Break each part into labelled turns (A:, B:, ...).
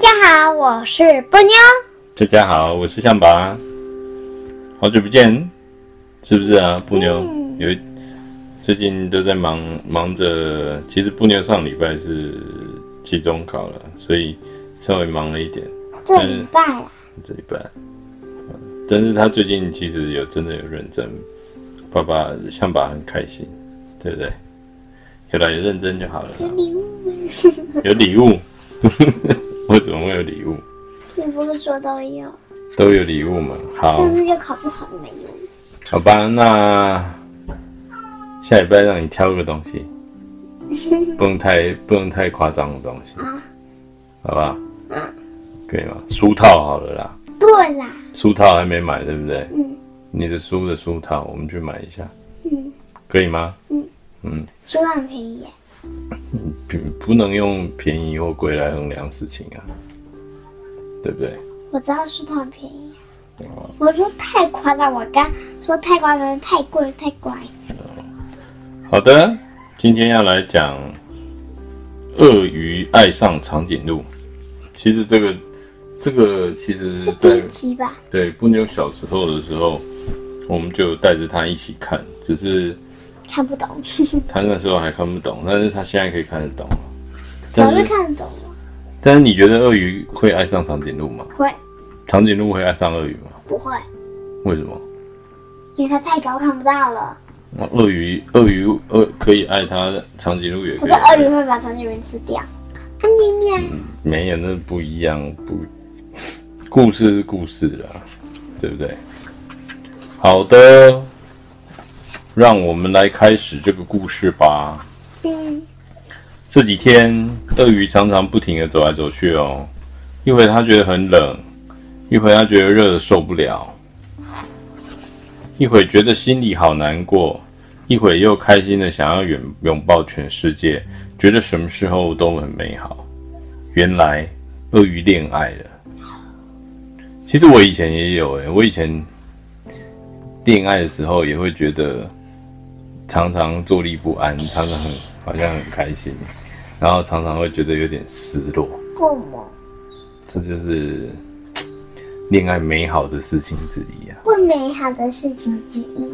A: 家好，我是波妞。
B: 大家好，我是象拔，好久不见，是不是啊？布妞、
A: 嗯
B: 有最近都在忙忙着，其实布妞上礼拜是期中考了，所以稍微忙了一点
A: 这礼拜啊啦，
B: 这礼拜。嗯但是他最近其实有真的有认真，爸爸象拔很开心，对不对？有啦，有认真就好了啦
A: 这，礼物，
B: 有礼物， 我怎么会有礼物？
A: 你不是说都有，
B: 都有礼物嘛，好。
A: 上次就考不好没有。
B: 好吧，那下礼拜让你挑个东西，不用太不用太夸张的东西，好吧？可以吗？书套好了啦，
A: 对啦，
B: 书套还没买，对不对？
A: 嗯
B: 你的书的书套，我们去买一下，
A: 嗯，
B: 可以吗？
A: 嗯
B: 嗯，
A: 书很便宜耶，
B: 不不能用便宜或贵来衡量事情啊，对不对？
A: 我知道书很便宜。
B: 哦
A: 我说太夸张，我刚说太夸张，太贵太乖。
B: 好的，今天要来讲鳄鱼爱上长颈鹿。其实这个这个其实
A: 是第
B: 在
A: 一集吧？
B: 对布妞小时候的时候，我们就带着他一起看，只是
A: 看不懂，
B: 他那时候还看不懂，但是他现在可以看得懂了。
A: 早
B: 但
A: 就是看得懂了。
B: 但是你觉得鳄鱼会爱上长颈鹿吗？
A: 会
B: 长颈鹿会爱上鳄鱼吗？
A: 不会？
B: 为什么？
A: 因为它太高看不到了。
B: 那鳄鱼鳄鱼鳄可以爱它，长颈鹿也
A: 可
B: 可以
A: 是鳄鱼
B: 爱。
A: 会把长颈鹿吃掉。安妮啊面，
B: 没有，那不一样，不，故事是故事啦，对不对？好的，让我们来开始这个故事吧。
A: 嗯，
B: 这几天，鳄鱼常常不停地走来走去哦，一会它觉得很冷，一会它觉得热得受不了，一会觉得心里好难过，一会又开心的想要拥拥抱全世界，觉得什么时候都很美好。原来，鳄鱼恋爱了。其实我以前也有诶、我以前恋爱的时候也会觉得常常坐立不安，常常很好像很开心，然后常常会觉得有点失落。
A: 嗯过猛。
B: 这就是恋爱美好的事情之一啊，
A: 不美好的事情之一。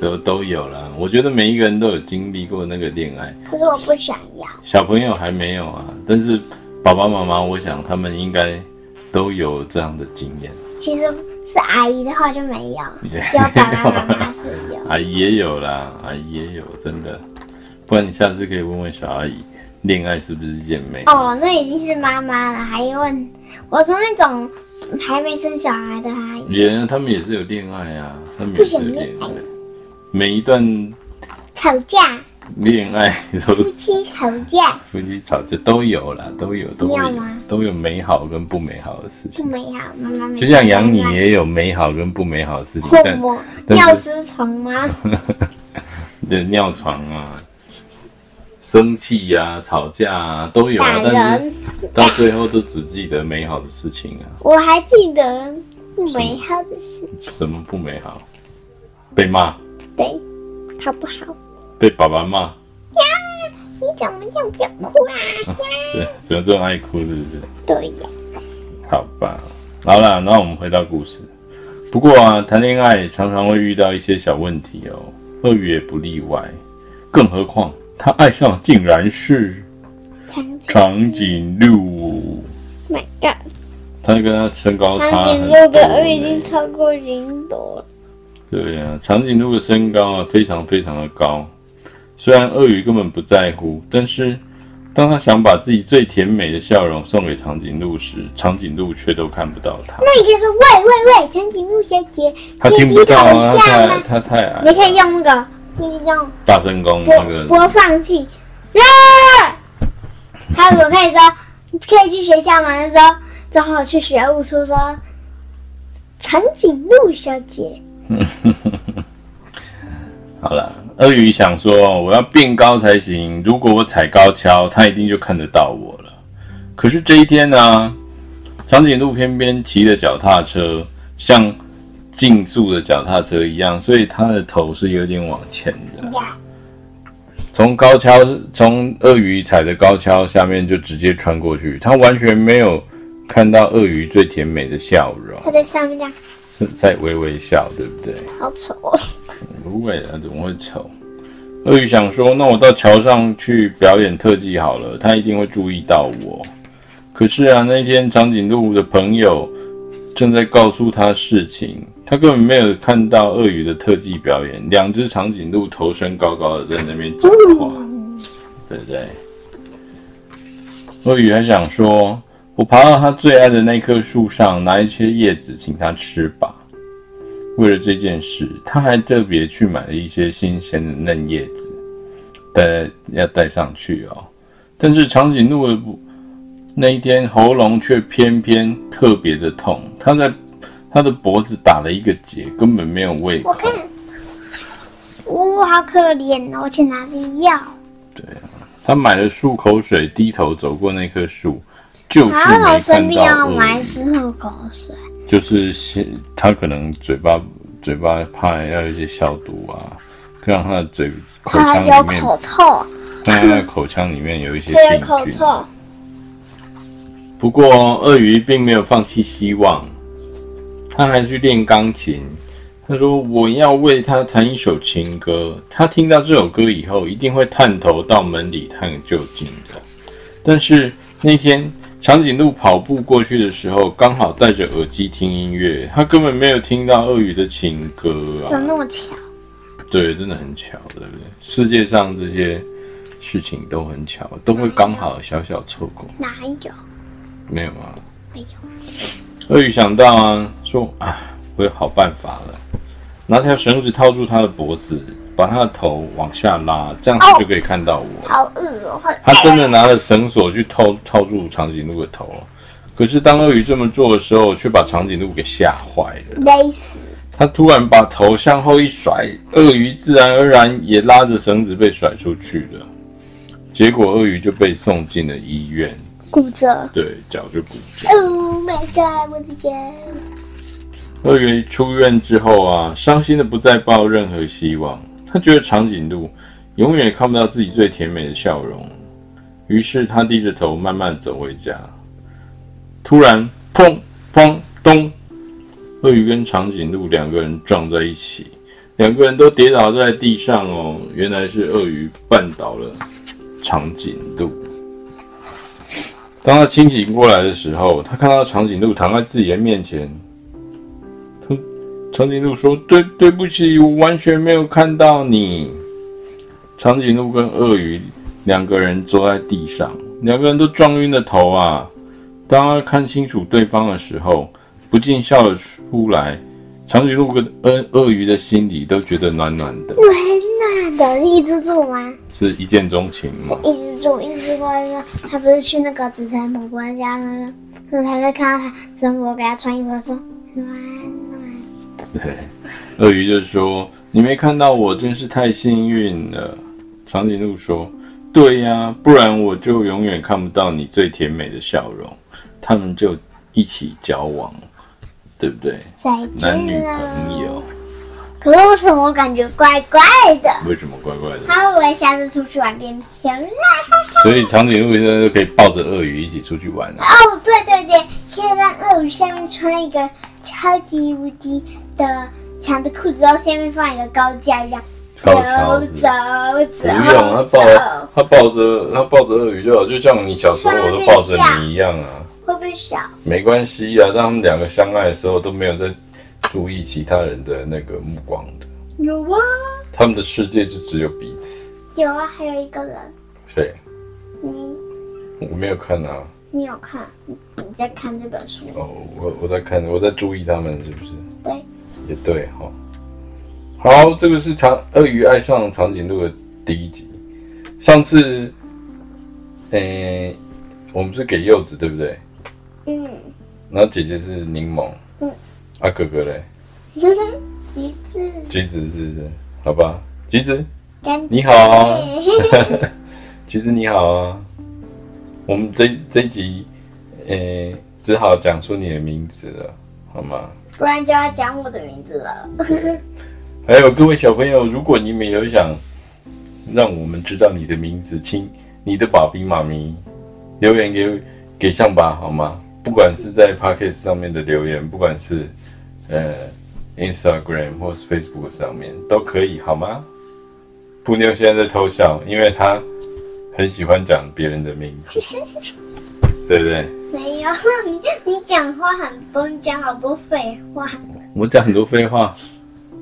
B: 都都有啦。我觉得每一个人都有经历过那个恋爱，
A: 可是我不想要，
B: 小朋友还没有啊，但是爸爸妈妈，我想他们应该都有这样的经验。
A: 其实是阿姨的话就没 有，
B: 对
A: 只有爸爸
B: 啊
A: 妈妈是有。
B: 阿姨也有啦，阿姨也有，真的。不然你下次可以问问小阿姨，恋爱是不是一件美好的
A: 哦，那已经是妈妈了，还问我说那种还没生小孩的阿姨，
B: 也，他们也是有恋爱啊，他们也是有恋爱。每一段
A: 吵架、
B: 恋爱都
A: 夫
B: 是
A: 妻吵架
B: 夫妻吵架都有啦，都有都
A: 要
B: 有
A: 吗
B: 都有美好跟不美好的事
A: 不
B: 情。
A: 美好，妈妈没
B: 就像养你也有美好跟不美好的事情，
A: 父
B: 但
A: 母
B: 但是
A: 尿失床吗？
B: 的尿床啊、生气呀、吵架啊都 有
A: 打
B: 啊，但是
A: 人，
B: 到最后都只记得美好的事情啊，
A: 我还记得不美好的事，
B: 什么不美好？被骂，
A: 对，好不好？
B: 被爸爸骂，
A: 你怎么这样不要哭啊？
B: 这怎么这么爱哭是不是？
A: 对呀，
B: 好吧，好啦，那我们回到故事。不过啊，谈恋爱常常会遇到一些小问题哦，鳄鱼也不例外。更何况他爱上竟然是
A: 长颈
B: 长颈鹿，
A: ，My God。
B: 他跟他身高哦差
A: 长
B: 很
A: 颈鹿
B: 多呢
A: 跟鳄已经超过零多了，
B: 对啊，长颈鹿的身高啊非常非常的高，虽然鳄鱼根本不在乎，但是当他想把自己最甜美的笑容送给长颈鹿时，长颈鹿却都看不到他，
A: 那你可以说喂喂喂，长颈鹿小姐，
B: 他听不到啊，
A: 你看
B: 他
A: 一下
B: 太
A: 吗
B: 他太矮了
A: 你。可以用那个，就是用
B: 大声公
A: 播
B: 哎那个
A: 播放器，啦。还有我可以说，可以去学校吗？那时候之后去学务处说，长颈鹿小姐，
B: 好了。鳄鱼想说，我要变高才行。如果我踩高跷，它一定就看得到我了。可是这一天呢、长颈鹿偏偏骑着脚踏车，像竞速的脚踏车一样，所以它的头是有点往前的。
A: 呀，
B: 从高跷，从鳄鱼踩的高跷下面就直接穿过去，它完全没有看到鳄鱼最甜美的笑容，
A: 它在上面这样，
B: 是在微微笑，对不对？
A: 好丑、哦。
B: 不会的，怎么会丑？鳄鱼想说，那我到桥上去表演特技好了，他一定会注意到我。可是啊，那天长颈鹿的朋友正在告诉他事情，他根本没有看到鳄鱼的特技表演。两只长颈鹿头升高高的在那边讲话，对不对？鳄鱼还想说，我爬到他最爱的那棵树上，拿一些叶子请他吃吧。为了这件事，他还特别去买了一些新鲜的嫩叶子，带要带上去哦。但是长颈鹿的不那一天喉咙却偏偏特别的痛，它在它的脖子打了一个结，根本没有胃
A: 我
B: 口。
A: 看，呜、好可怜哦！我去拿着药，
B: 它买了漱口水，低头走过那棵树，就是
A: 然后
B: 没
A: 我生
B: 看
A: 病
B: 到嗯
A: 要
B: 鳄
A: 哦买
B: 鱼。
A: 漱口水。
B: 就是先，他可能嘴巴嘴巴怕要有一些消毒啊，让他的嘴口
A: 它
B: 腔
A: 啊有
B: 里面，
A: 口臭，
B: 让他的口腔里面有一些
A: 它有
B: 病
A: 口
B: 菌。
A: 臭，
B: 不过鳄鱼并没有放弃希望，他还去练钢琴。他说：“我要为他弹一首情歌。”他听到这首歌以后，一定会探头到门里探个究竟的。但是那天长颈鹿跑步过去的时候，刚好戴着耳机听音乐，他根本没有听到鳄鱼的情歌啊！
A: 怎么那么巧？
B: 对，真的很巧，对不对？世界上这些事情都很巧，都会刚好小小错过，
A: 哪有？
B: 没有啊？
A: 哎呦，
B: 鳄鱼想到啊，说啊，我有好办法了，拿条绳子套住它的脖子，把它的头往下拉，这样
A: 哦
B: 它就可以看到我。
A: 好恶哦！
B: 它真的拿了绳索去套套住长颈鹿的头，可是当鳄鱼这么做的时候，却把长颈鹿给吓坏了。
A: 勒死！
B: 它突然把头向后一甩，鳄鱼自然而然也拉着绳子被甩出去了。结果鳄鱼就被送进了医院，
A: 骨折。
B: 对，脚就骨折。
A: Oh my god！我的天，
B: 鳄鱼出院之后啊，伤心的不再抱任何希望。他觉得长颈鹿永远也看不到自己最甜美的笑容，于是他低着头慢慢走回家。突然，砰砰咚，鳄鱼跟长颈鹿两个人撞在一起，两个人都跌倒在地上哦。原来是鳄鱼绊倒了长颈鹿。当他清醒过来的时候，他看到长颈鹿躺在自己的面前，长颈鹿说：“对，对不起，我完全没有看到你。”长颈鹿跟鳄鱼两个人坐在地上，两个人都撞晕了头啊。当他看清楚对方的时候，不禁笑了出来。长颈鹿跟鳄鳄鱼的心里都觉得暖暖的，
A: 暖暖的，是一只猪吗？
B: 是一见钟情嘛？
A: 一只猪，一只猪，他不是去那个紫藤伯伯家了，然后他就看到他紫藤伯伯给他穿衣服，他说暖暖。
B: 对，鳄鱼就说：“你没看到我，真是太幸运了。”长颈鹿说：“对呀、不然我就永远看不到你最甜美的笑容。”他们就一起交往，对不对？
A: 再
B: 男女
A: 见
B: 朋
A: 了。
B: 友，
A: 可是为什么我感觉怪怪的？
B: 为什么怪怪的？
A: 他会不会下次出去玩变小了？啊
B: 所以长颈鹿现在就可以抱着鳄鱼一起出去玩 啊了、
A: 哦，对对对，可以让鳄鱼下面穿一个超级无敌的长的裤子，然后下面放一个高架，这样走
B: 高超
A: 走走。
B: 不用，他抱
A: 走
B: 他抱着他抱着鳄鱼就好，就像你小时候我都抱着你一样啊。
A: 会不会小？
B: 没关系啊，当他们两个相爱的时候都没有在注意其他人的那个目光的，
A: 有啊，
B: 他们的世界就只有彼此。
A: 有啊，还有一个人，
B: 谁？
A: 你
B: 我没有看啊，
A: 你有看？你你在看这本书？
B: 哦，我我在看，我在注意他们是不是？
A: 对，
B: 也对哈、好，这个是长鳄鱼爱上长颈鹿的第一集。上次，诶、我们是给柚子对不对？
A: 嗯，
B: 然后姐姐是柠檬，
A: 嗯，
B: 啊哥哥嘞，
A: 呵呵，橘子
B: 橘子是不是？好吧，橘子。
A: 跟
B: 你好啊
A: 嘿嘿嘿
B: 其实你好啊，我们这这一集，诶、只好讲出你的名字了，好吗？
A: 不然就要讲我的名字了。
B: 还有各位小朋友，如果你们有想让我们知道你的名字，请你的爸比妈咪留言给给象爸好吗？不管是在 p o c k e t 上面的留言，不管是呃 Instagram 或是 Facebook 上面都可以，好吗？布妞现在在偷笑，因为她很喜欢讲别人的名字，对不对？
A: 没有， 你你讲话很多，你讲好多废话，
B: 我讲很多废话，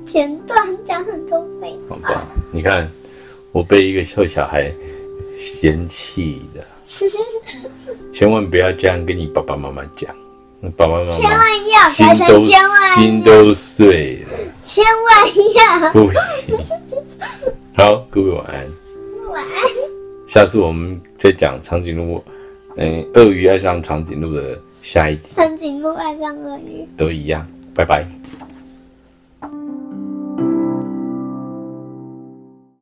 A: 前段讲很多废
B: 好
A: 话。
B: 吧？你看，我被一个臭小孩嫌弃的，千万不要这样跟你爸爸妈妈讲，爸爸妈
A: 千
B: 妈
A: 万要，
B: 心
A: 才才
B: 都
A: 千万
B: 心
A: 要，
B: 都碎了，
A: 千万要。
B: 不 行。好，各位晚安。
A: 晚安，
B: 下次我们再讲长颈鹿，嗯、鳄鱼爱上长颈鹿的下一集
A: 长颈鹿爱上鳄鱼。
B: 都一样，拜拜。
A: 拜。